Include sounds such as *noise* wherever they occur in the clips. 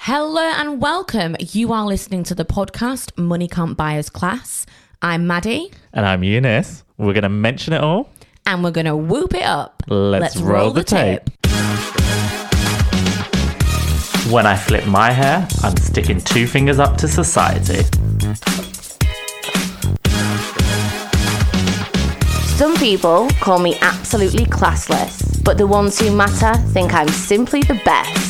Hello and welcome. You are listening to the podcast Money Can't Buy Us Class. I'm Maddie And I'm Eunice. We're going to mention it all. and we're going to whoop it up. Let's roll the tape. When I flip my hair, I'm sticking two fingers up to society. Some people call me absolutely classless, but the ones who matter think I'm simply the best.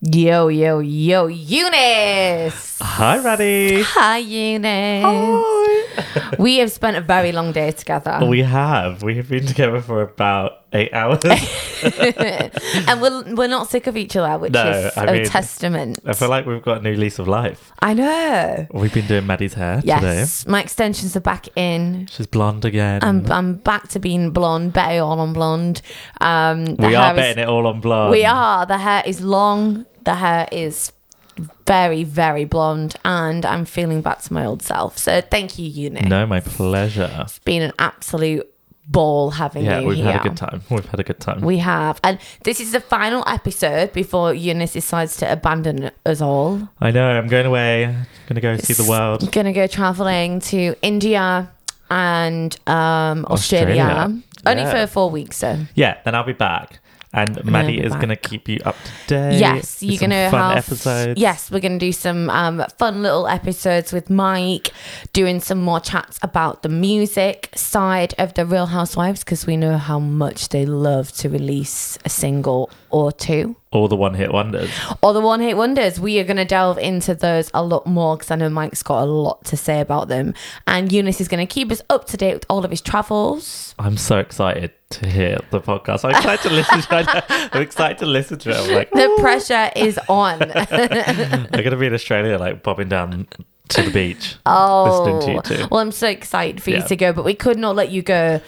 Yo, yo, yo, Eunice. Hi, Raddy. Hi, Eunice. Oh. We have spent a very long day together. We have. We have been together for about eight hours. and we're, we're not sick of each other, which No, is I a mean- testament. I feel like we've got a new lease of life. I know. We've been doing Maddie's hair today. Mm-hmm. Yes. My extensions are back in. She's blonde again. I'm, I'm back to being blonde, betting all on blonde. Um, the we hair are is- betting it all on blonde. We are. The hair is long. The hair is very, very blonde, and I'm feeling back to my old self. So thank you, Eunice. No, my pleasure. It's been an absolute ball having Yeah, you we've here. had a good time. We've had a good time. We have, and this is the final episode before Eunice decides to abandon us all. I know. I'm going away. going to go see the world. Gonna go traveling to India and um, Australia. Australia. Only Yeah. for four weeks, so Yeah, then I'll be back. And Maddie be is back. going to keep you up to date. Yes, with you're some gonna fun have episodes. Yes, we're gonna do some um, fun little episodes with Mike, doing some more chats about the music side of the Real Housewives because we know how much they love to release a single or two. All the one hit wonders. Or the one hit wonders. We are gonna delve into those a lot more because I know Mike's got a lot to say about them, and Eunice is gonna keep us up to date with all of his travels. I'm so excited to hear the podcast. I'm excited to listen to it. *laughs* I'm excited to listen to it. I'm like, The pressure is on. I'm going to be in Australia, like bobbing down to the beach. Oh, Listening to you two. well, I'm so excited for you Yeah. to go, but we could not let you go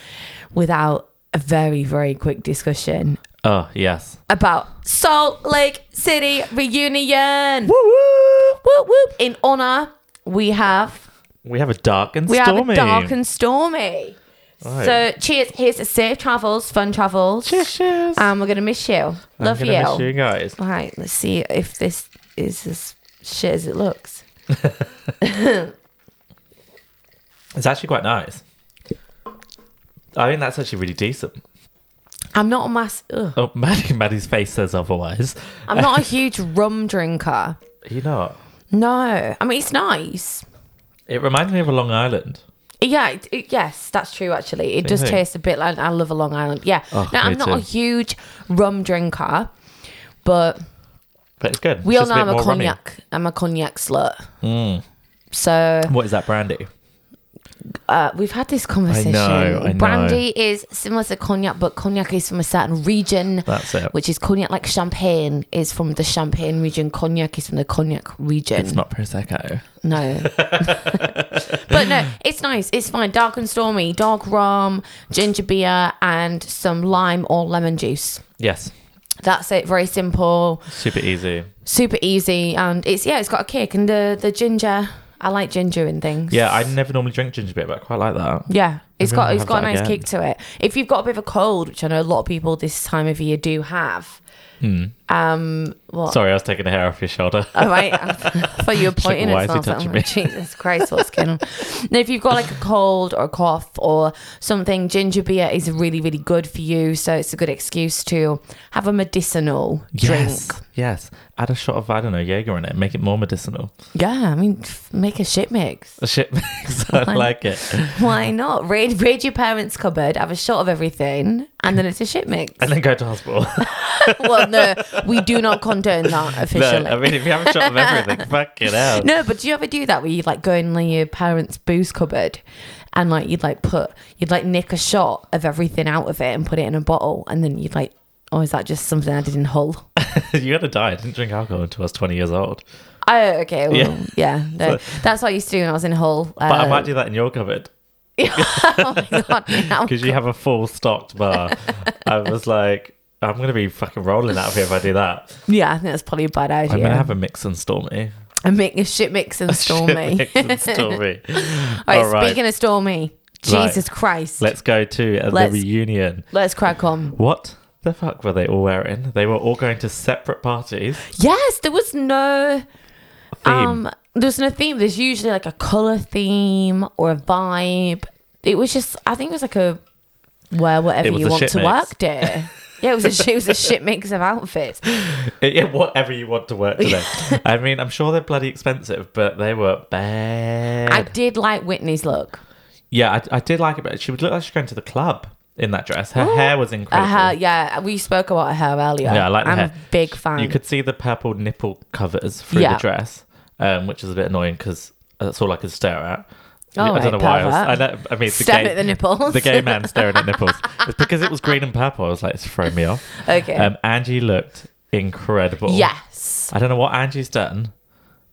without a very, very quick discussion Oh, yes. about Salt Lake City reunion. Woo woo! Whoop whoop! In honor, we have We have a dark and we have a stormy. dark and stormy. Right. So cheers! Here's to safe travels, fun travels, Cheers. and we're gonna miss you. I'm Um, Love gonna you. miss you guys. Right, let's see if this is as shit as it looks. It's actually quite nice. I think that's actually really decent. I'm not a mass. Ugh. Oh, *laughs* Maddie, Maddie's face says otherwise. I'm not a huge rum drinker. You know, No, I mean it's nice. it reminds me of a Long Island. Yeah, it, it- yes, that's true. Actually, it does you think? taste a bit like I love a Long Island. Yeah, Oh, no, I'm me not a too. huge rum drinker, but But it's good. we It's all just know a bit I'm a more rummy. Hmm. cognac. I'm a cognac slut. So What is that brandy? uh, we've had this conversation. I know. Brandy is similar to cognac, but cognac is from a certain region. That's it. Which is cognac, like champagne, is from the champagne region. Cognac is from the cognac region. It's not prosecco. *laughs* No. but no, it's nice. It's fine. Dark and stormy, dark rum, ginger beer, and some lime or lemon juice. Yes, That's it. Very simple, super easy. super easy, and it's yeah, it's got a kick. And the the ginger, I like ginger in things. Yeah, I never normally drink ginger beer, but I quite like that. Yeah, it's Maybe I'll got it's have got a that nice again. kick to it. If you've got a bit of a cold, which I know a lot of people this time of year do have, Hmm. um, what Sorry, I was taking the hair off your shoulder. Oh, right. I *laughs* thought you were pointing why at is he something. I'm touching like, Jesus Christ, what's going *laughs* on? Now, if you've got like a cold or a cough or something, ginger beer is really, really good for you. So it's a good excuse to have a medicinal yes, drink. yes. Add a shot of I don't know Jaeger in it, make it more medicinal. Yeah, I mean, f- make a shit *laughs* mix. A *laughs* shit mix. I like it. Why not? Raid, raid your parents' cupboard, have a shot of everything, and then it's a shit mix. *laughs* And then go *laughs* to hospital. well, no, we do not condone that no, officially. I mean if you have a shot *laughs* of everything, fuck it out. No, but do you ever do that where you like go in like, your parents' booze cupboard and like you'd like put you'd like nick a shot of everything out of it and put it in a bottle and then you'd like oh is that just something I did in *laughs* Hull? *laughs* you gotta die. I didn't drink alcohol until I was twenty years old. Oh okay, well, yeah, Yeah. no, that's what I used to do when I was in Hull. uh, But I might do that in your cupboard *laughs* oh *laughs* my god, now- because you have a full stocked *laughs* bar. I was like, I'm gonna be fucking rolling out of here if I do that. yeah, I think that's probably a bad idea. I'm gonna have a mix and stormy. and make a shit mix *laughs* and stormy. Mix *laughs* and stormy. All right, All right. speaking of stormy, Right. Jesus Christ, let's, Let's go to uh, Let's- the reunion. crack on. What the fuck were they all wearing? They were all going to separate parties. Yes, there was no Theme. um there was no theme. There's usually like a colour theme or a vibe. It was just I think it was like a wear It whatever was you a want shit to mix. work day. Yeah, *laughs* it was a sh- it was a shit mix of outfits. *laughs* yeah, whatever you want to work today. *laughs* I mean, I'm sure they're bloody expensive, but they were bad. I did like Whitney's look. yeah, I, I did like it, but she would look like she's going to the club in that dress. Her hair was Uh, incredible. her, yeah, we spoke about her earlier. Yeah, I like the I'm hair. a big fan. You could see the purple nipple covers through Yeah. the dress, um, which is a bit annoying because that's all I could stare at. All I right, don't know why. I, was, I, Oh, pervert. know, I mean, it's Stare the gay, at the nipples. The gay man *laughs* staring at nipples. It's because it was green and purple. I was like, it's throwing me off. okay. Um, Angie looked incredible. yes. I don't know what Angie's done,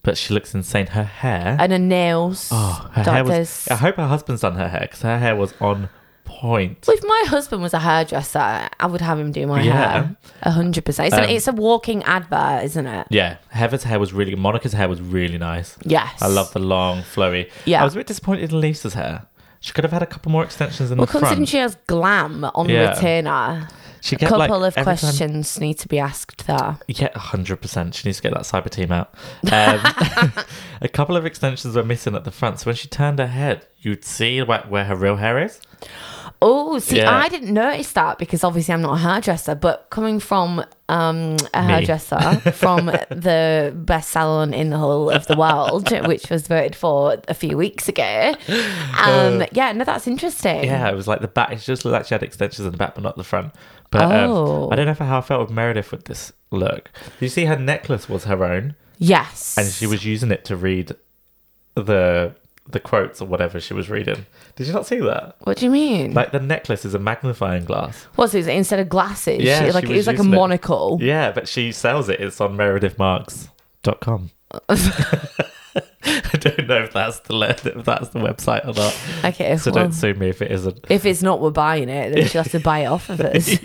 but she looks insane. Her hair. And her nails. oh, her hair was. doctors. I hope her husband's done her hair because her hair was on point. Well, if my husband was a hairdresser, I would have him do my Yeah. hair. A hundred percent. It's an- Um, It's a walking advert, isn't it? Yeah, Heather's hair was really. Monica's hair was really nice. Yes. I love the long, flowy. Yeah. I was a bit disappointed in Lisa's hair. She could have had a couple more extensions in Well, the front. considering she has glam on the Yeah. retainer, she a kept, couple like, of every time- questions need to be asked there. Yeah, 100%. She needs to get that cyber team out. Um, *laughs* a couple of extensions were missing at the front. So when she turned her head, you'd see where, where her real hair is. Oh, see, Yeah. I didn't notice that because obviously I'm not a hairdresser, but coming from um, a Me. hairdresser *laughs* from the best salon in the whole of the world, which was voted for a few weeks ago. Um, yeah, no, that's interesting. Uh, Yeah, it was like the back. It just looked like she had extensions in the back, but not the front. But Oh. um, I don't know how I felt with Meredith with this look. You see, her necklace was her own, Yes. and she was using it to read the the quotes or whatever she was reading. Did you not see that? What do you mean? Like the necklace is a magnifying glass. What's it? Instead of glasses, Yeah, she, like she it was was like a using it. monocle. Yeah, but she sells it. It's on *laughs* meredithmarks.com. I don't know if that's the le- if that's the website or not. Okay, So well, don't sue me if it isn't. *laughs* if it's not, we're buying it. Then she'll have to buy it off of us.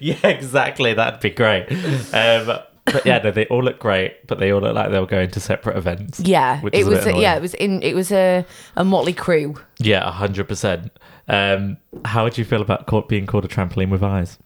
yeah, exactly. That'd be great. Um, but yeah, no, they all look great, but they all look like they were going to separate events. Yeah, Which it is a was. bit A, yeah, annoying. it was in. It was a a motley crew. Yeah, hundred percent. Um, how would you feel about caught, being called a trampoline with eyes?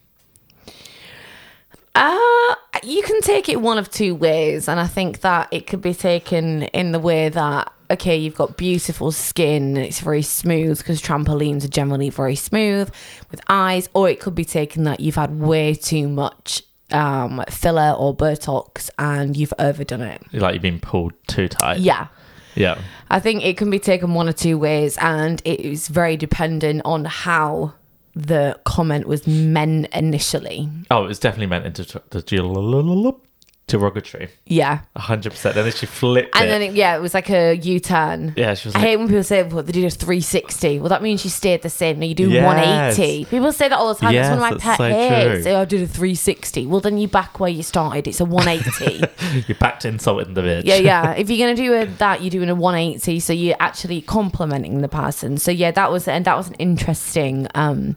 Uh, you can take it one of two ways, and I think that it could be taken in the way that okay, you've got beautiful skin, it's very smooth because trampolines are generally very smooth with eyes, or it could be taken that you've had way too much um filler or Botox and you've overdone it. Like you've been pulled too tight. Yeah. Yeah. I think it can be taken one or two ways, and it is very dependent on how the comment was meant initially. Oh, it was definitely meant into tr- the derogatory. Yeah. hundred percent. And then she flipped And it. then, it, yeah, it was like a U turn. yeah, she was I like, hate when people say well, they did a 360. Well, that means you stayed the same. No, you do Yes. 180. People say that all the time. It's one of Yes, my pet that's so hates. true. Oh, I did a 360. Well, then you're back where you started. It's a *laughs* 180. you backed insulting the bitch. yeah, yeah. If you're gonna do *laughs* a, that, you're doing a 180. So you're actually complimenting the person. So yeah, that was and that was an interesting um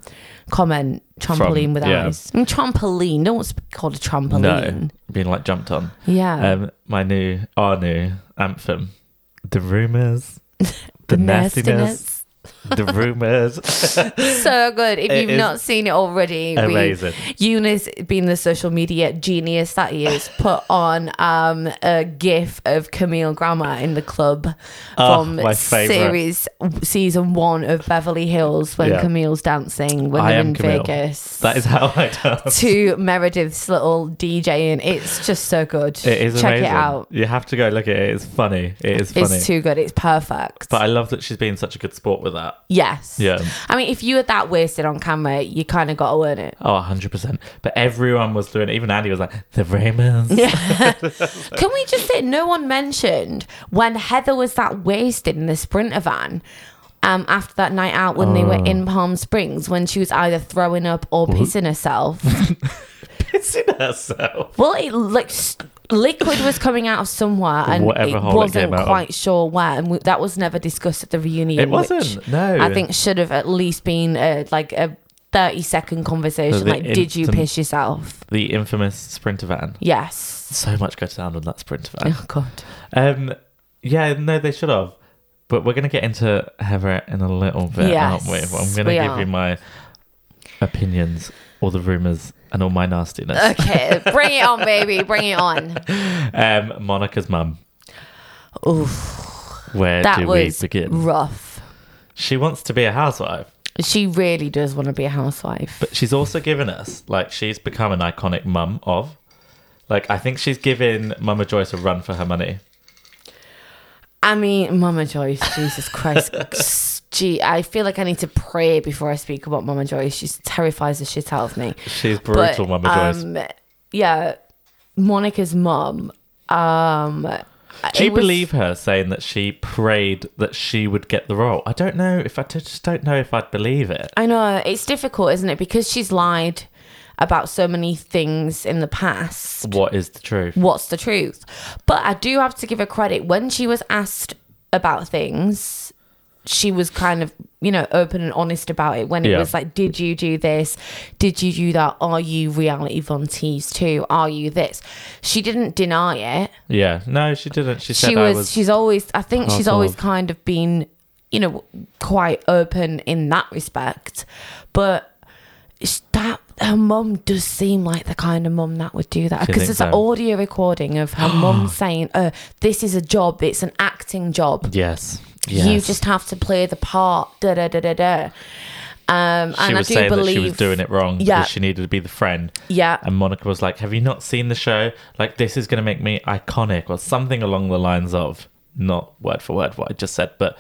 comment. Trampoline From- with yeah. eyes. I mean, trampoline. No one's called a No, trampoline. being like jumped on. Yeah. Um, my new, our new anthem, *laughs* the rumors, the, nastiness, nastiness. the *laughs* rumors. So good. If It you've is not seen it already, we- Amazing. Eunice, being the social media genius that he is, *laughs* put on um, a gif of Camille Grammer in the club Oh, from my favourite. series season one of Beverly Hills when Yeah. Camille's dancing when I they're am in Camille. Vegas. That is how I dance. to Meredith's little DJing. It's just so good. It is Check amazing. it out. You have to go look at it. It's funny. It is funny. It's too good. It's perfect. but I love that she's been such a good sport with that. yes. Yeah. I mean, if you were that wasted on camera, you kind of got to earn it. Oh, 100%. But everyone was doing it. Even Andy was like, the rumors. Can we just say no one mentioned when Heather was that wasted in the sprinter van? Um, after that night out when they Oh. were in Palm Springs, when she was either throwing up or pissing *laughs* herself, Pissing *laughs* herself. well, it like s- liquid was coming out of somewhere, and Whatever it hole it wasn't came out of. quite sure where, and we, that was never discussed at the reunion. It wasn't, Oh. which no. I think should have at least been uh like a thirty-second conversation. the Like, did you instant- piss yourself? The infamous sprinter van. Yes. So much goes down on that sprinter van. Oh God. *laughs* Um, yeah, no, they should have. But we're going to get into Heather in a little bit, Yes, aren't we? I'm going we to give are. you my opinions all the rumors and all my nastiness. Okay, bring it on, baby. Bring it on. Uh. Um, Monica's mum. Oof, Where that do we was begin? rough. she wants to be a housewife, She really does want to be a housewife. but she's also given us like she's become an iconic mum of. Like I think she's given Mama Joyce a run for her money. I mean, Mama Joyce, Jesus Christ. *laughs* Gee, I feel like I need to pray before I speak about Mama Joyce. She terrifies the shit out of me. She's brutal, But, Mama Joyce. Um, yeah, Monica's mum. Um, Do it you was- believe her saying that she prayed that she would get the role? I don't know if I I just don't know if I'd believe it. I know it's difficult, isn't it? Because she's lied about so many things in the past. What is the truth? What's the truth? But I do have to give her credit. When she was asked about things, she was kind of, you know, open and honest about it. When it Yeah. was like, did you do this? Did you do that? Are you reality Von Tees too? Are you this? She didn't deny it Yeah, no, she didn't. She said she I was, was. she's always i think she's part always of. kind of been you know quite open in that respect but it's that her mum does seem like the kind of mum that would do that you because think there's an so? audio recording of her *gasps* mum saying uh, this is a job it's an acting job Yes, yes. you just have to play the part da da da da da um, She and I was do saying believe that she was doing it wrong Yeah. because she needed to be the friend. Yeah. And Monica was like, "Have you not seen the show? Like, this is going to make me iconic, or something along the lines of not word for word what I just said, but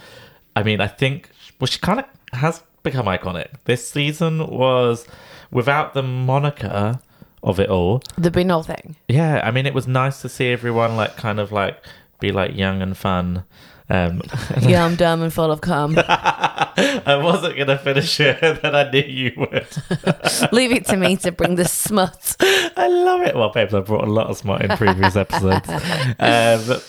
I mean, I think well, she kind of has become iconic. This season was without the Monica of it all. There'd be *laughs* nothing. Yeah, I mean, it was nice to see everyone like kind of like be like young and fun. Um, *laughs* Yeah, I'm dumb and full of cum. I wasn't gonna finish it, *laughs* and then I knew you would. Leave it to me to bring the smut. I love it. Well, babes, I brought a lot of smart in previous episodes. *laughs* Um,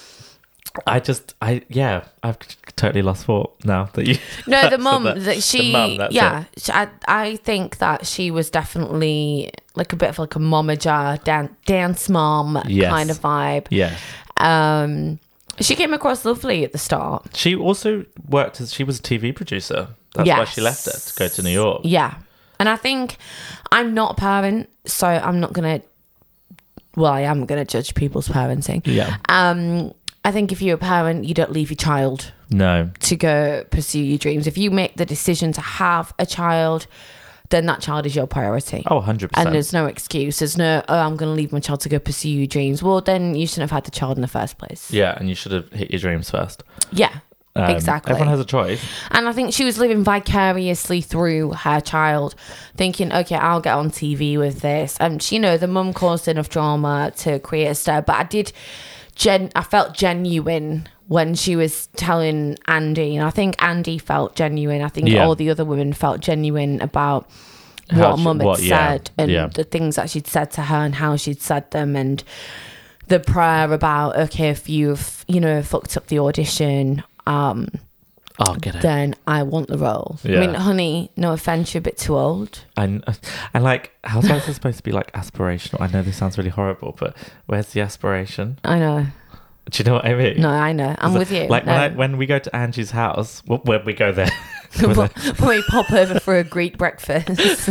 I just, I yeah, I've totally lost thought now that you. No, *laughs* the said mum that. that she, The mum, that's yeah, it. she- I, I think that she was definitely like a bit of like a momager dan- dance mom Yes. kind of vibe. yeah. Um, she came across lovely at the start. She also worked as she was a TV producer. That's why she left it to go to New York. Yeah, and I think I'm not a parent, so I'm not gonna. Well, I am gonna judge people's parenting. Yeah. Um, I think if you're a parent, you don't leave your child No. to go pursue your dreams. If you make the decision to have a child, then that child is your priority. Oh, 100 And percent. there's no excuse. There's no, oh, I'm going to leave my child to go pursue your dreams. Well, then you shouldn't have had the child in the first place. Yeah, and you should have hit your dreams first. Yeah, Um, exactly. Everyone has a choice. and I think she was living vicariously through her child, thinking, okay, I'll get on TV with this. And, you know, the mum caused enough drama to create a stir. But I did, gen- I felt genuine when she was telling Andy. And I think Andy felt genuine. I think Yeah. all the other women felt genuine about How what she- mum had what- yeah, said and yeah. the things that she'd said to her and how she'd said them and the prayer about okay if you've you know fucked up the audition um I'll Oh, get it. then i want the role i mean Yeah. honey no offense you're a bit too old And and like housewives are supposed to be like aspirational. I know this sounds really horrible, but where's the aspiration? i know Do you know what I mean? no i know i'm with you Like no. when, I, when we go to Angie's house, well, when we go there, *laughs* *laughs* Go there. when we pop over for a greek *laughs* breakfast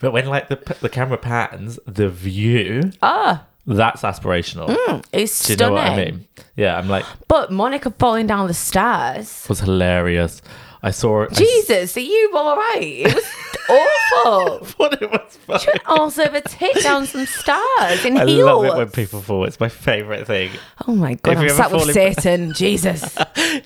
but when like the the camera pans, the view, ah that's aspirational. it's Hmm. Do you Mm, stunning know what I mean? Yeah, I'm like but monica falling down the stairs was hilarious. I saw it. I *laughs* jesus are you all right it was awful *laughs* thought it was funny. also over tit down some stairs in I heels love it when people fall. It's my favorite thing. Oh my god, If you I'm ever sat with fall in- *laughs* Satan. Jesus.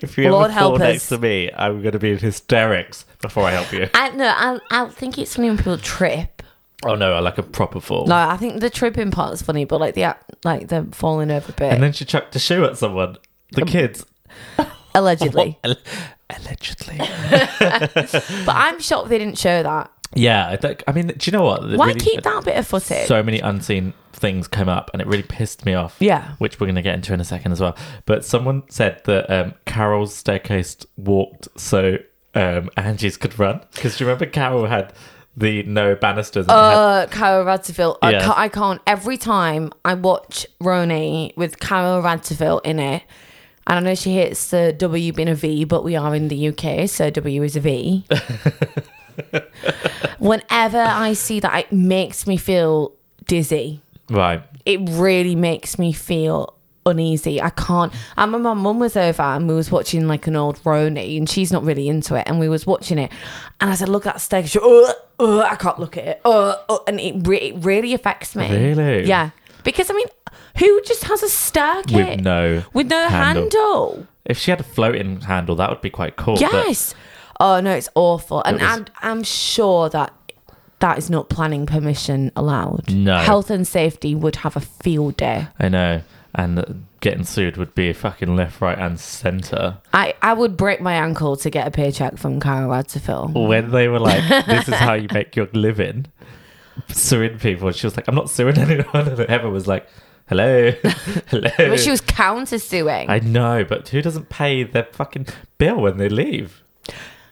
If you Lord ever fall help next us. to me, I'm going to be in hysterics before I *laughs* help you. I no, I I think it's funny when people trip. Oh no, I like a proper fall. No, I think the tripping part is funny, but like the act- like the falling over bit. And then she chucked a shoe at someone. Um, The kids. allegedly. Al- *laughs* Allegedly. But I'm shocked they didn't show that. Yeah, I, think- I mean, do you know what? It Why really- keep that bit of footage? So many unseen things came up, and it really pissed me off. Yeah. which we're going to get into in a second as well. But someone said that um, Carol's staircase walked so um, Angie's could run because you remember Carol had the no banisters. And had- uh, Carol Radville. I, Yeah. can't, I can't. Every time I watch Roni with Carol Radville in it, and I know *laughs* she hits the W being a V, but we are in the UK, so W is a V. Whenever I see that, it makes me feel dizzy. Right. It really makes me feel uneasy. I can't. I remember my mum was over and we was watching like an old Roni, and she's not really into it, and we was watching it, and I said, "Look at that steak." She, oh, oh, I can't look at it. Oh, oh," and it, re- it really affects me. Really? Yeah. Because I mean, who just has a stair kit With no with no handle. handle? If she had a floating handle, that would be quite cool. but Yes. Oh no, it's awful, and It was- I'm I'm sure that that is not planning permission allowed. No. health and safety would have a field day. I know. And uh, getting sued would be fucking left, right, and center. I I would break my ankle to get a paycheck from Cara Radcliffe. When they were like, this is how you make your living, suing people, she was like, I'm not suing *laughs* anyone. And Emma was like, hello, *laughs* hello. But she was counter suing. I know, but who doesn't pay their fucking bill when they leave?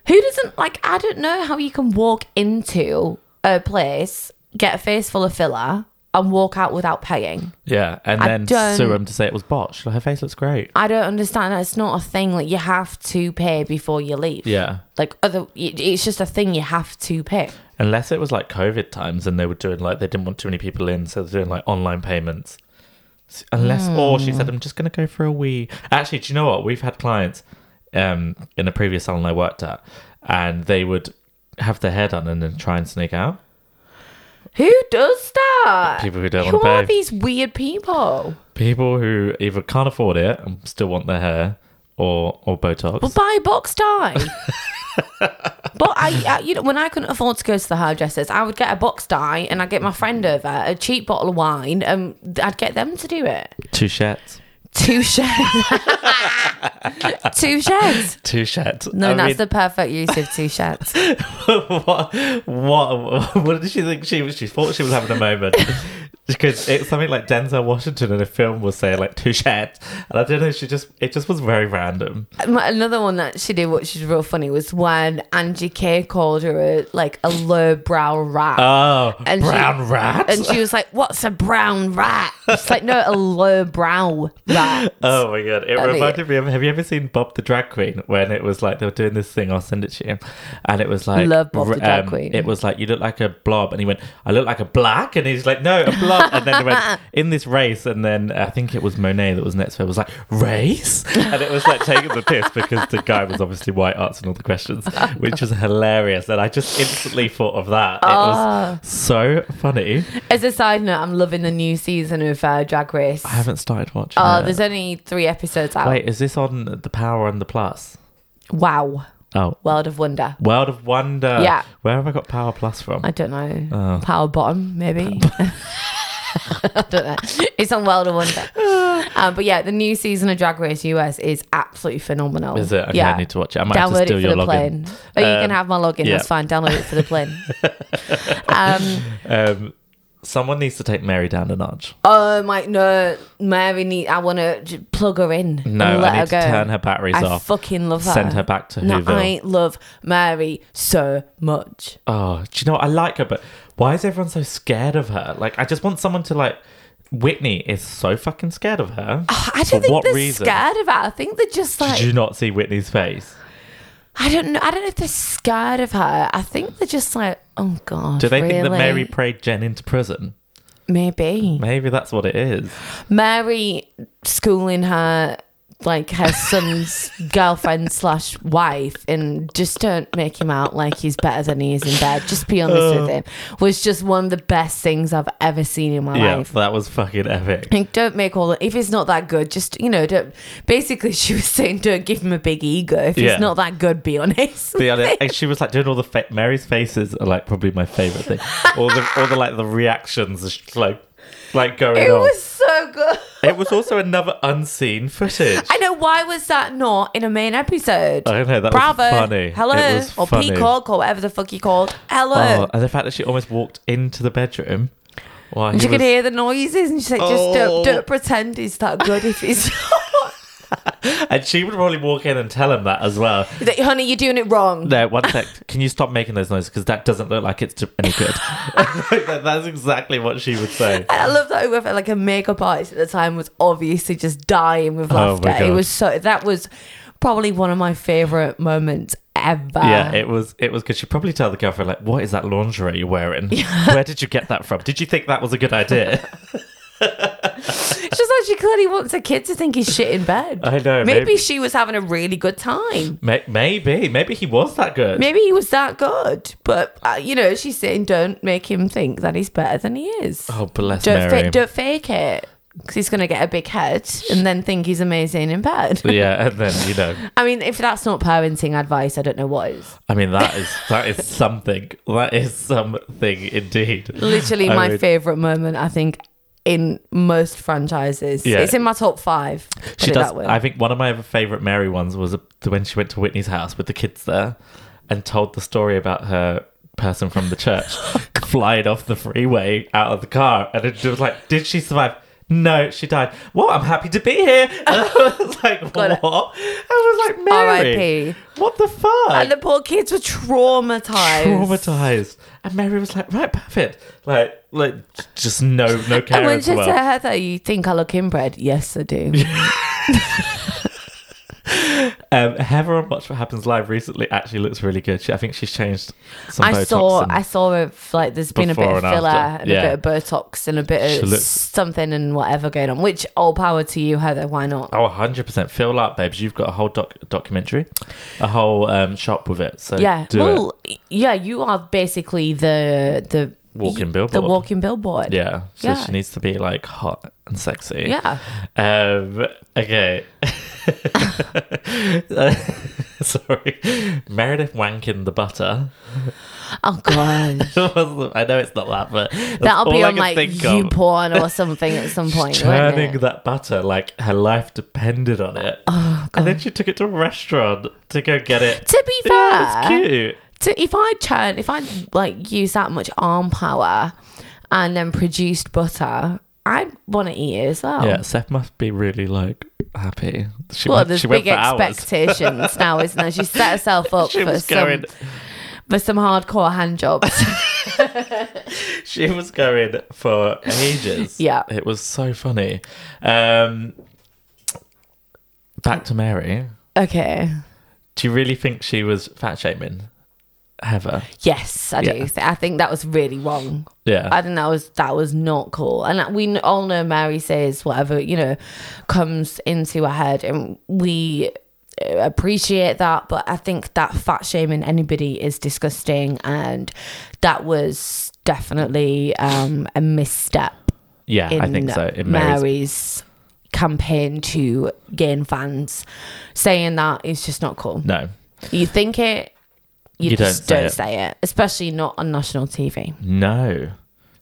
Who doesn't like? I don't know how you can walk into a place, get a face full of filler, and walk out without paying. Yeah, and I then don't- sue them to say it was botched. Like, her face looks great. I don't understand. That's not a thing. Like you have to pay before you leave. Yeah. Like other, it- it's just a thing you have to pay. Unless it was like COVID times and they were doing like, they didn't want too many people in, so they're doing like online payments. S- Unless, or she said, I'm just going to go for a wee. Actually, do you know what? We've had clients um, in a previous salon I worked at, and they would have their hair done and then try and sneak out. Who does that? People who don't Who wanna are pay. these weird people? People who either can't afford it and still want their hair or, or Botox. Well, buy a box tie. *laughs* but I, I, you know, when I couldn't afford to go to the hairdressers, I would get a box dye and I'd get my friend over a cheap bottle of wine and I'd get them to do it. Two shirts. Two *laughs* sheds. two sheds. Two shirts. No, I that's mean- the perfect use of two sheds. what, what, what did she think she was? She thought she was having *laughs* a moment because it's something like Denzel Washington in a film will say like touche, and I don't know. She just it just was very random. My- Another one that she did, which was real funny, was when Angie K called her a, like a lowbrow rat. Oh, And she- brown rat. And she was like, "What's a brown rat?" It's like, "No, a low brow rat." Oh my god! It mean- reminded me of. Have you ever seen Bob the Drag Queen? When it was like they were doing this thing, I'll send it to you. And it was like Love Bob the r- um, Drag Queen. It was like you look like a blob, and he went, "I look like a black," and he's like, "No, a blob." and then he *laughs* went in this race, and then uh, I think it was Monet that was next. Who was like race, and it was like taking the piss because the guy was obviously white, answering all the questions, which was hilarious. And I just instantly thought of that. It Ah. was so funny. As a side note, I'm loving the new season of uh, Drag Race. I haven't started watching. Oh, it. there's only three episodes out. Wait, is this on the Power and the Plus? Wow, Oh, World of Wonder. World of Wonder. Yeah. Where have I got Power Plus from? I don't know. Oh. Power bottom, maybe. *laughs* I don't know. It's on World of *laughs* Wonder. Um, but yeah, the new season of Drag Race US is absolutely phenomenal. Is it? Okay, yeah. I need to watch it. I might have to Download steal it for your the login. plane. Oh, you can Um, have my login. yeah. That's fine. Download it for the *laughs* plane. um, Um, someone needs to take Mary down a notch. Oh my no, Mary need. I want to plug her in. No, and let I need her to go. turn her batteries I off. fucking love her. Send her back to No, Whoville. I love Mary so much. Oh, do you know what? I like her, but why is everyone so scared of her? Like, I just want someone to like. Whitney is so fucking scared of her. Oh, I don't For think what they're reason? scared of her. I think they're just like Did you not see Whitney's face? I don't know. I don't know if they're scared of her. I think they're just like, oh god. Do they think that really? Mary prayed Jen into prison? Maybe Maybe that's what it is. Mary schooling her like *laughs* her son's girlfriend slash wife and just don't make him out like he's better than he is in bed just be honest Uh. with him was just one of the best things i've ever seen in my Yeah, life that was fucking epic. like don't make all the if it's not that good just you know don't basically she was saying don't give him a big ego if Yeah. it's not that good be honest *laughs* the other, and she was like doing all the fa- Mary's faces are like probably my favorite thing. All the all the like the reactions are just, like like going it on. was so good It was also another unseen footage. I know why was that not in a main episode? I don't know, that Oh, was Bravo. funny. Hello. It was or funny. Peacock or whatever the fuck you called. Hello. Oh, and the fact that she almost walked into the bedroom. Why and he she could was- hear the noises and she's like, just Oh. don't, don't pretend it's that good if *laughs* it's not. and she would probably walk in and tell him that as well. She's like, honey, you're doing it wrong. No, one sec. Can you stop making those noises? Because that doesn't look like it's to- any good. *laughs* That- that's exactly what she would say. And I love that whoever like a makeup artist at the time was obviously just dying with Oh my laughter. it God. was so that was probably one of my favourite moments ever. Yeah, it was it was good. She probably tell the girlfriend like, "What is that lingerie *laughs* you're wearing? Where did you get that from? Did you think that was a good idea?" *laughs* it's just like she clearly wants her kid to think he's shit in bed. I know, Maybe, maybe- she was having a really good time. May- maybe, maybe he was that good. Maybe he was that good, but uh, you know she's saying don't make him think that he's better than he is. Oh, bless don't Mary. fa- don't fake it because he's gonna get a big head and then think he's amazing in bed. *laughs* yeah, and then you know, I mean, if that's not parenting advice, I don't know what is. I mean, that is that is something. That is something indeed. *laughs* Literally, I my mean, favorite moment, I think, in most franchises. Yeah. It's in my top five. Put She it does. that way. I think one of my favorite Mary ones was when she went to Whitney's house with the kids there, and told the story about her person from the *laughs* church Oh, flying off the freeway out of the car, and it was like, did she survive? No, she died. Well, I'm happy to be here. *laughs* And I *laughs* was like, Got it. what? I was like, Mary, R.I.P.. what the fuck? and the poor kids were traumatized. traumatized. And Mary was like, right, perfect. Like, like, just no, no *laughs* care And when in the she world. said, Heather, you think I look inbred? Yes, I *laughs* do. Um, Heather on Watch What Happens Live recently actually looks really good. She, I think she's changed some I Botox saw, and- I saw a, like there's been a bit Before of and filler after. and Yeah. a bit of Botox and a bit She of looks- something and whatever going on. Which all power to you, Heather. Why not? Oh, 100%. Fill up, babes. You've got a whole doc- documentary, a whole um, shop with it. So yeah. do it. well, yeah. You are basically the the Walking The billboard. walking billboard. Yeah. So Yeah. she needs to be like hot and sexy. Yeah. Um, okay. *laughs* Sorry. Meredith Wankin the Butter. *laughs* Oh God. I know it's not that, but that's That'll be all I on can like think you of. porn or something at *laughs* some point. Turning Turning that butter like her life depended on it. and then she took it to a restaurant to go get Oh, it. to be fair, yeah, it's cute. to- if I turn, if I like use that much arm power and then produced butter, I'd want to eat it as well. Yeah, Seth must be really like happy. She Well, went, there's she big went for hours. expectations *laughs* now, isn't there? She set herself up She for was some going. for some hardcore hand *laughs* jobs. She was going for *laughs* ages. Yeah. it was so funny. Um, back to Mary. okay. Do you really think she was fat shaming Heather? Yes, I do. Yeah. I think that was really wrong. Yeah, I think that was that was not cool. And we all know Mary says whatever you know comes into her head, and we uh, appreciate that. But I think that fat shaming anybody is disgusting, and that was definitely um, a misstep yeah, in I think so. In Mary's Mary's campaign to gain fans. Saying that is just not cool. no, You think it. You, You don't just say don't it. say it, especially not on national TV. No.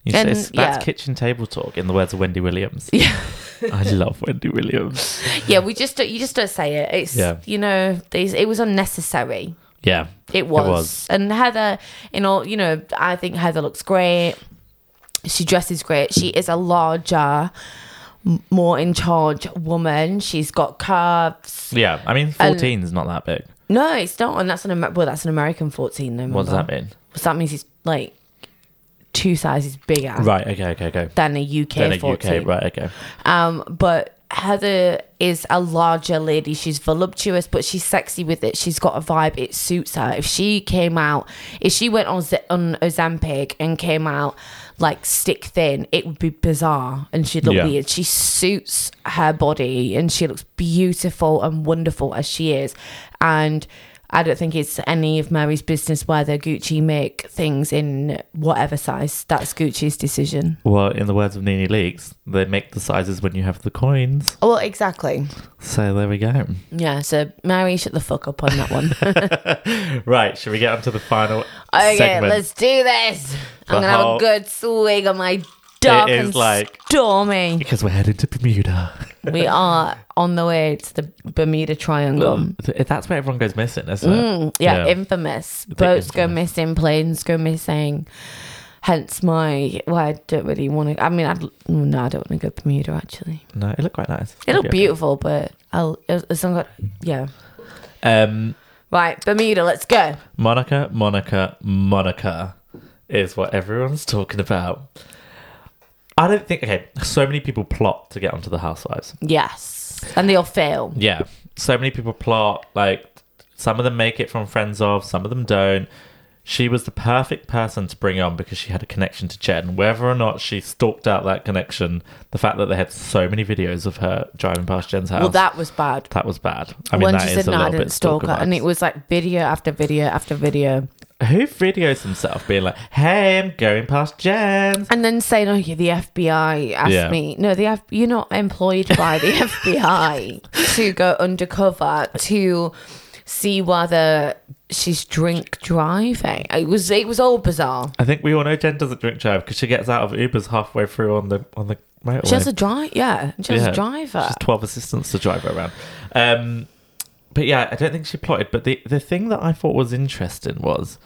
You And, say, it's- yeah. that's kitchen table talk in the words of Wendy Williams. Yeah. *laughs* I love Wendy Williams. Yeah, we just don't, you just don't say it. It's Yeah. you know these it was unnecessary. Yeah. It was. was. and Heather in all you know I think Heather looks great. She dresses great. She is a larger, m- more in charge woman. She's got curves. Yeah. I mean, 14 is not that big. No, it's not, and that's an Amer- well, that's an American fourteen. No, What does that mean? So that means he's like two sizes bigger Right. Okay. Okay. Okay. than a UK Then a fourteen. UK. Right. Okay. Um, but Heather is a larger lady. She's voluptuous, but she's sexy with it. She's got a vibe. It suits her. If she came out, if she went on Z- on Ozempic and came out like stick thin, it would be bizarre and she'd look Yeah. weird. She suits her body and she looks beautiful and wonderful as she is. And I don't think it's any of Mary's business whether Gucci make things in whatever size. That's Gucci's decision. Well, in the words of Nene Leaks, they make the sizes when you have the coins. Well, exactly. So there we go. Yeah, so Mary, shut the fuck up on that *laughs* one. Right. Should we get on to the final okay, segment? let's do this. I'm The gonna have a whole- good swig on my dark is and like- stormy. *laughs* Because we're heading to Bermuda. we are on the way to the Bermuda Mm. Triangle. That's where everyone goes missing, isn't Um, Mm, it? yeah, infamous. Boats go missing, planes go missing. Hence my well, I don't really want to. I mean, I'd, no, I don't want to go Bermuda. Actually, no, it looked quite nice. it looked Okay. beautiful, but I'll. It's not got. Yeah, Um, right, Bermuda. Let's go. Monica, Monica, Monica is what everyone's talking about. I don't think, okay, so many people plot to get onto the Housewives. Yes, and they all fail. Yeah. So many people plot, like, Some of them make it from friends of, some of them don't. She was the perfect person to bring on because she had a connection to Jen. Whether or not she stalked out that connection, the fact that they had so many videos of her driving past Jen's house, Well, that was bad. that was bad. I mean, Once you that said is a no, I little didn't bit stalk stalker. her, and it was like video after video after video, Who videos themselves being like, "Hey, I'm going past Jen's." and then saying, "Oh, yeah, the FBI asked Yeah. me." No, the F- you're not employed by *laughs* the FBI to go undercover to see whether she's drink driving. It was it was all bizarre. I think we all know Jen doesn't drink drive because she gets out of Ubers halfway through on the on the motorway. She has a drive, yeah. She has Yeah. a driver. She's 12 assistants to drive her around. Um, but yeah, I don't think she plotted. But the, the thing that I thought was interesting was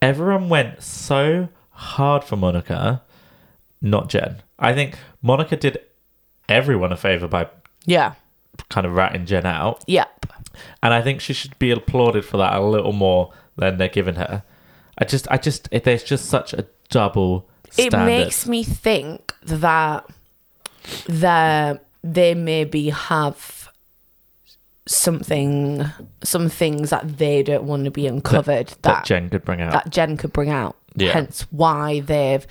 everyone went so hard for Monica, not Jen. I think Monica did everyone a favor by Yeah, kind of ratting Jen out. yep. And I think she should be applauded for that a little more than they're giving her. I just, I just, it, there's just such a double standard. It makes me think that that they maybe have something, some things that they don't want to be uncovered that that that Jen, Jen could bring out. could bring out. Yeah. Hence why they've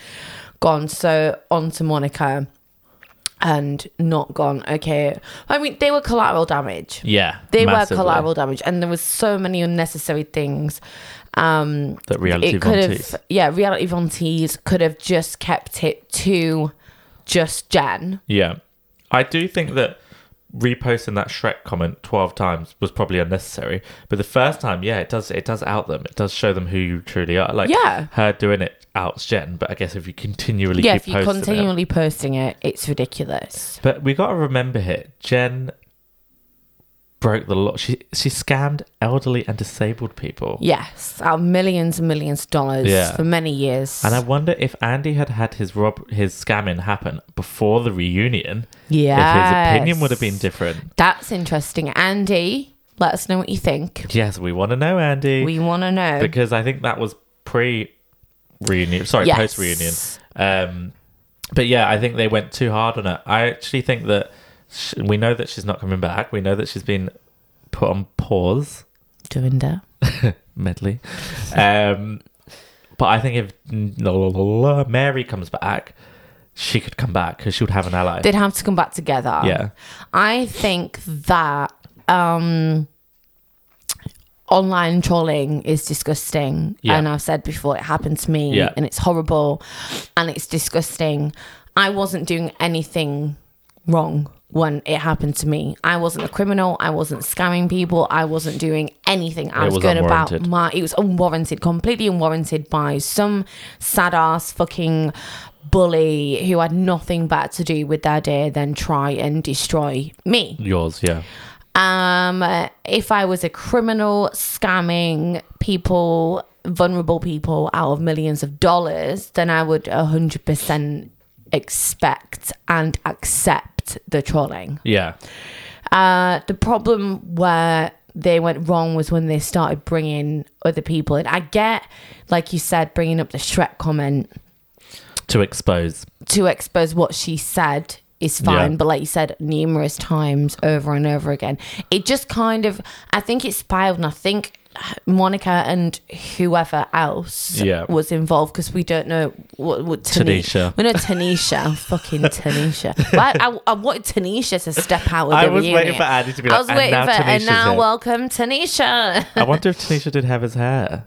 gone so onto Monica and not gone. Okay, I mean they were collateral damage yeah, they massively. were collateral damage and there was so many unnecessary things um That reality it could vontees. have yeah reality vontees could have just kept it to just jen Yeah. I do think that reposting that Shrek comment 12 times was probably unnecessary. But the first time, yeah, it does it does out them. It does show them who you truly are. Like Yeah. her doing it outs Jen, but I guess if you continually yeah keep if you're posting it. continually posting it it's ridiculous But we got to remember here, Jen broke the law. She she scammed elderly and disabled people. yes our millions and millions of dollars Yeah. for many years And I wonder if Andy had had his rob his scamming happen before the reunion, if his opinion would have been Yes. different. that's interesting andy let us know what you think Yes, we want to know, Andy. we want to know because I think that was pre reunion. Sorry, Yes. post reunion. Um, but yeah, I think they went too hard on it. I actually think that sh we know that she's not coming back. We know that she's been put on pause Dorinda. medley. Um, but I think if la, la, la, la, Mary comes back, she could come back because she would have an ally. they'd have to come back together yeah, I think that um, online trolling is disgusting. Yeah. And I've said before, it happened to me Yeah. and it's horrible and it's disgusting. I wasn't doing anything wrong when it happened to me. I wasn't a criminal. I wasn't scamming people. I wasn't doing anything. I It was, was going about unwarranted. my. It was unwarranted, completely unwarranted by some sad ass fucking bully who had nothing better to do with their day than try and destroy me. yours. Yeah, Um, if I was a criminal scamming people, vulnerable people out of millions of dollars, then I would 100% expect and accept the trolling. yeah, Uh, the problem where they went wrong was when they started bringing other people in. I get, like you said, bringing up the Shrek comment to expose. to expose what she said is fine Yeah. but like you said numerous times over and over again it just kind of i think it spiraled and i think monica and whoever else Yeah. was involved because we don't know what, what Tani- Tanisha. we know tanisha fucking tanisha *laughs* Well, I, I, I wanted tanisha to step out of I the was reunion. waiting for Andy to be i like, was "And waiting now for and Tanisha's now in." welcome tanisha *laughs* I *laughs* wonder if Tanisha did have his hair.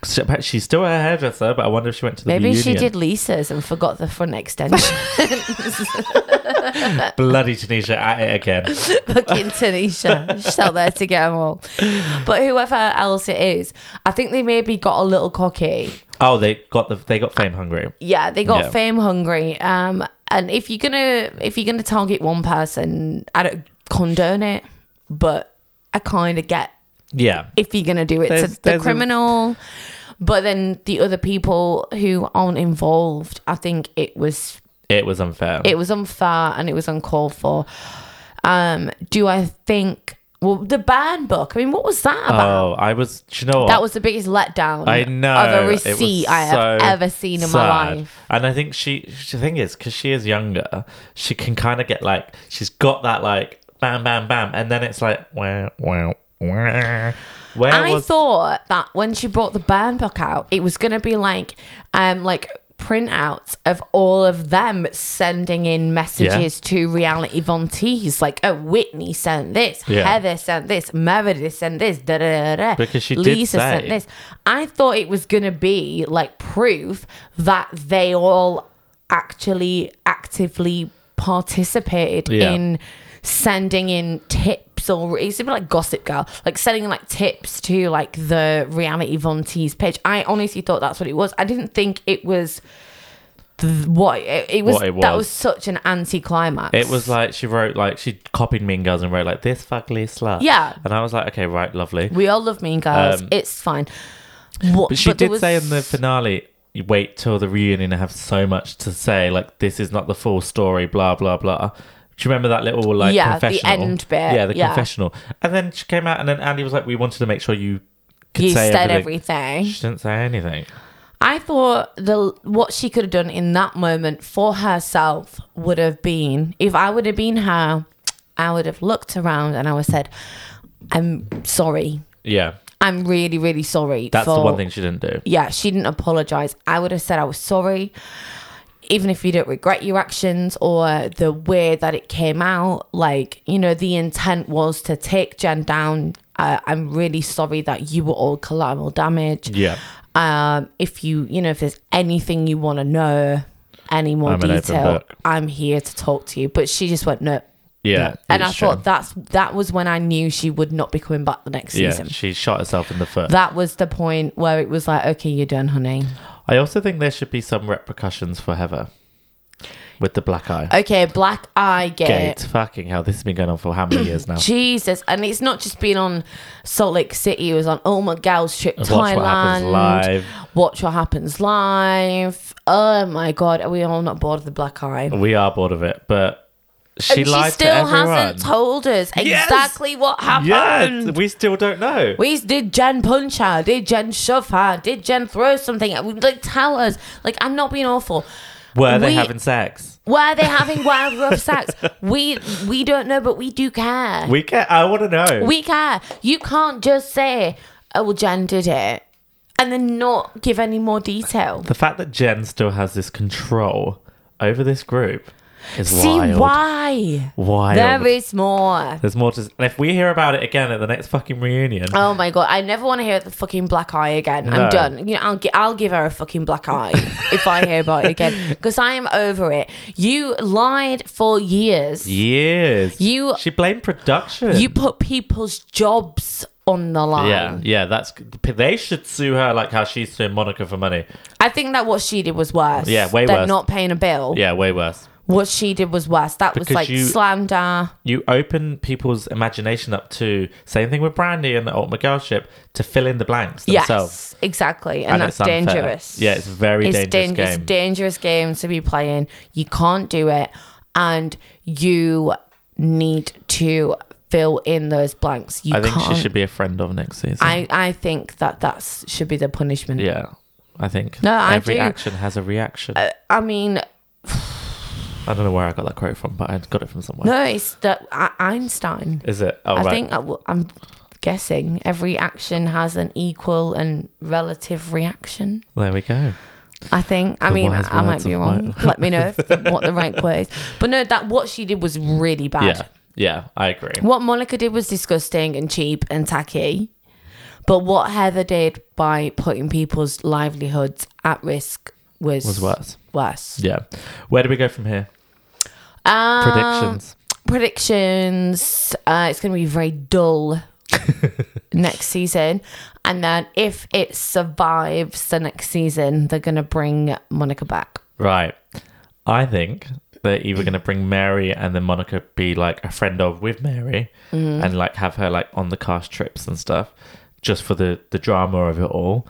'Cause she- perhaps She's still a hairdresser, but I wonder if she went to the maybe reunion. she did lisa's and forgot the front *laughs* extension Bloody Tanisha at it again. fucking Tanisha. She's out there to get them all. But whoever else it is, I think they maybe got a little cocky. Oh, they got the they got fame hungry. Yeah, they got Yeah. fame hungry. Um, and if you're gonna if you're gonna target one person, I don't condone it, but I kind of get Yeah, if you're gonna do it There's- to the there's a- criminal. but then the other people who aren't involved, I think it was it was unfair. it was unfair and it was uncalled for. Um, do I think well the ban book? I mean, what was that about? oh, I was. do You know what? that was the biggest letdown I know of a it was receipt I have so ever seen in my sad. life. And I think she. The thing is, because she is younger, she can kind of get like she's got that like bam, bam, bam, and then it's like wow, wow, wow. Where I was- thought that when she brought the burn book out, it was gonna be like, um, like printouts of all of them sending in messages to reality Von T's, like, oh, Whitney sent this, Yeah. Heather sent this, Meredith sent this, da da da da. Because she did Lisa sent say- this. I thought it was gonna be like proof that they all actually actively participated Yeah. in sending in tips or it's a bit like Gossip Girl, like sending like tips to like the reality Von T's page. I honestly thought that's what it was. I didn't think it was th- what it, it was. What it That was. was such an anticlimax. It was like she wrote like she copied Mean Girls and wrote like this fugly slut. Yeah. and I was like, okay, right, lovely. we all love Mean Girls. Um, it's fine. What, But she there did say in the was- finale, you wait till the reunion and have so much to say. Like this is not the full story. Blah blah blah. Do you remember that little like Yeah, the confessional? end bit, Yeah, the yeah. confessional. And then she came out, and then Andy was like, "We wanted to make sure you could you say said everything." everything. She didn't say anything. I thought the what she could have done in that moment for herself would have been if I would have been her, I would have looked around and I would have said, "I'm sorry. Yeah, I'm really, really sorry." that's the for- one thing she didn't do. Yeah, she didn't apologize. I would have said I was sorry, even if you don't regret your actions or the way that it came out. Like you know, the intent was to take Jen down. Uh, I'm really sorry that you were all collateral damage Yeah, um, if you you know if there's anything you want to know any more I'm an open detail book. i'm here to talk to you but she just went no yeah. and i it's true. thought that's that was when i knew she would not be coming back the next yeah, season she shot herself in the foot. that was the point where it was like okay you're done honey I also think there should be some repercussions for Heather with the black eye. okay black eye get Gate. it Fucking hell, this has been going on for how many years now? Jesus, and it's not just been on Salt Lake City. It was on Oh My Girls Trip Watch Thailand. What Happens Live. Watch What Happens Live. Oh my God, are we all not bored of the black eye? We are bored of it, but she and lied she still to everyone. hasn't told us Yes! exactly what happened. yeah, we still don't know. We did Jen punch her? Did Jen shove her? Did Jen throw something? at- Like tell us. Like I'm not being awful. Were they we- having sex? Were they having wild *laughs* rough sex? We we don't know, but we do care. We, We can I want to know. care. You can't just say, "Oh, well, Jen did it," and then not give any more detail. the fact that Jen still has this control over this group is See wild. why? Wild. There is more. There's more to. And if we hear about it again at the next fucking reunion, Oh my god! I never want to hear the fucking black eye again. No. I'm done. You know, I'll, gi- I'll give her a fucking black *laughs* eye if I hear about it again because I am over it. You lied for years. years. You- She blamed production. You put people's jobs on the line. Yeah, yeah, that's they should sue her like how she's suing Monica for money. I think that what she did was worse. Yeah, way than worse. Not paying a bill. Yeah, way worse. What she did was worse. That was Because like you- slander. You open people's imagination up to same thing with Brandy and the Ultimate Girl Ship to fill in the blanks themselves. Yes, exactly, and, that's it's unfair. dangerous. Yeah, it's a very dangerous dang- It's game. a dangerous game to be playing. You can't do it, and you need to fill in those blanks. You I think can't. she should be a friend of next season. I I think that that should be the punishment. yeah, I think. No, I every do. Uh, action has a reaction. I mean, I don't know where I got that quote from, but I got it from somewhere. no, it's that I- Einstein. Is it? Oh, I right. think I w- I'm guessing every action has an equal and relative reaction. there we go. I think. I mean, wise I might *laughs* words be of wrong. Let me know if, what the right quote is. But no, that what she did was really bad. Yeah, yeah, I agree. What Monica did was disgusting and cheap and tacky. But what Heather did by putting people's livelihoods at risk was, Was worse. Worse. Yeah. Where do we go from here? Um, Predictions. predictions. Uh, it's going to be very dull next season. And then if it survives the next season, they're going to bring Monica back. Right. I think they're either going to bring Mary and then Monica be like a friend of with Mary Mm-hmm. and like have her like on the cast trips and stuff just for the, the drama of it all.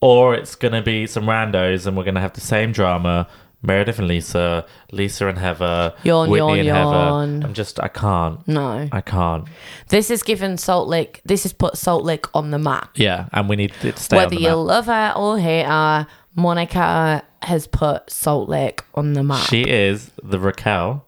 Or it's going to be some randos and we're going to have the same drama. Meredith and Lisa, Lisa and Heather, Yawn, Whitney and yawn, yawn. Heather. I'm just, I can't. No. I can't. This has given Salt Lake. This has put Salt Lake on the map. Yeah. And we need it to stay Whether on the you map. love her or hate her, Monica has put Salt Lake on the map. She, She is the Raquel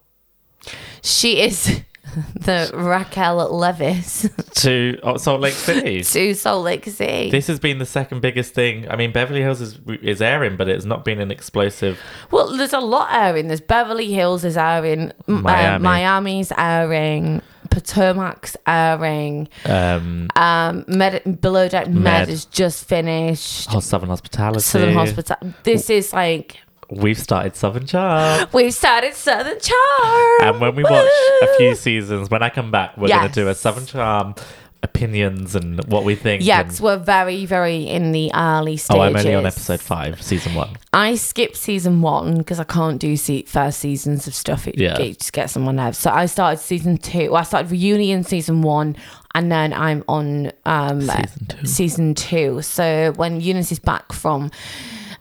is *laughs* the Raquel Levis *laughs* to oh, Salt Lake City. to Salt Lake City. this has been the second biggest thing. I mean, Beverly Hills is is airing, but it's not been an explosive. well, there's a lot airing. There's Beverly Hills is airing, Miami. Miami. Miami's airing, Potomac's airing, Um, um, Med- Below Deck Med. Med. is just finished. oh, Southern Hospitality. Southern Hospital. This is like We've started Southern Charm. we started Southern Charm. And when we watch Woo! a few seasons, when I come back, we're going Yes. to do a Southern Charm opinions and what we think. Yeah, and- 'cause we're very, very in the early stages. oh, I'm only on episode five, season one. I skipped season one because I can't do se- first seasons of stuff. It, Yeah. it just gets on my nerves. So I started season two. Well, I started reunion season one, and then I'm on um, Season two. season two. So when Eunice is back from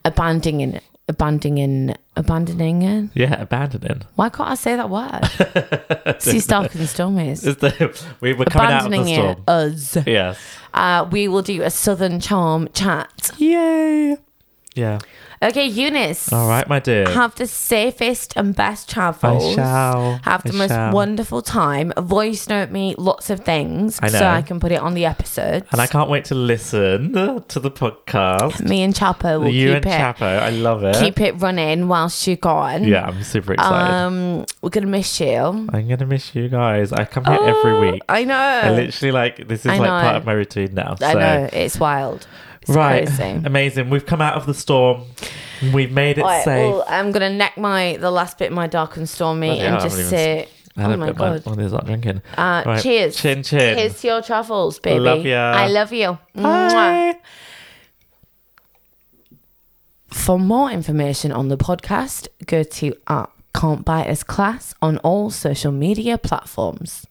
abandoning, abandoning, abandoning, Yeah, abandoning. *laughs* why can't I say that word? Sea Stark and Stormies. Is the, we were coming out of the Abandoning it, storm. us. Yes. Uh, we will do a Southern Charm chat. Yay. Yeah. Okay, Eunice. All right, my dear. Have the safest and best travels. shall. Have the I most shall. wonderful time. Voice note me lots of things I so know. I can put it on the episode. and I can't wait to listen to the podcast. me and Chapo will you keep and it Chapo, I love it. keep it running whilst you're gone. yeah, I'm super excited. Um, we're gonna miss you. Oh, I'm gonna miss you guys. I come here every week. I know. I literally like this is I like know. part of my routine now. So. I know it's wild. It's right, *laughs* crazy. amazing. We've come out of the storm. We've made it Right, safe. well, I'm gonna neck my the last bit of my dark and stormy Bloody and hell, I just haven't even sit. Oh my god. One is not drinking. Uh, Right, Cheers. Chin chin. Here's to your travels, baby. Love ya. I love you. Mwah. Bye. For more information on the podcast, go to at Can't Buy Us Class on all social media platforms.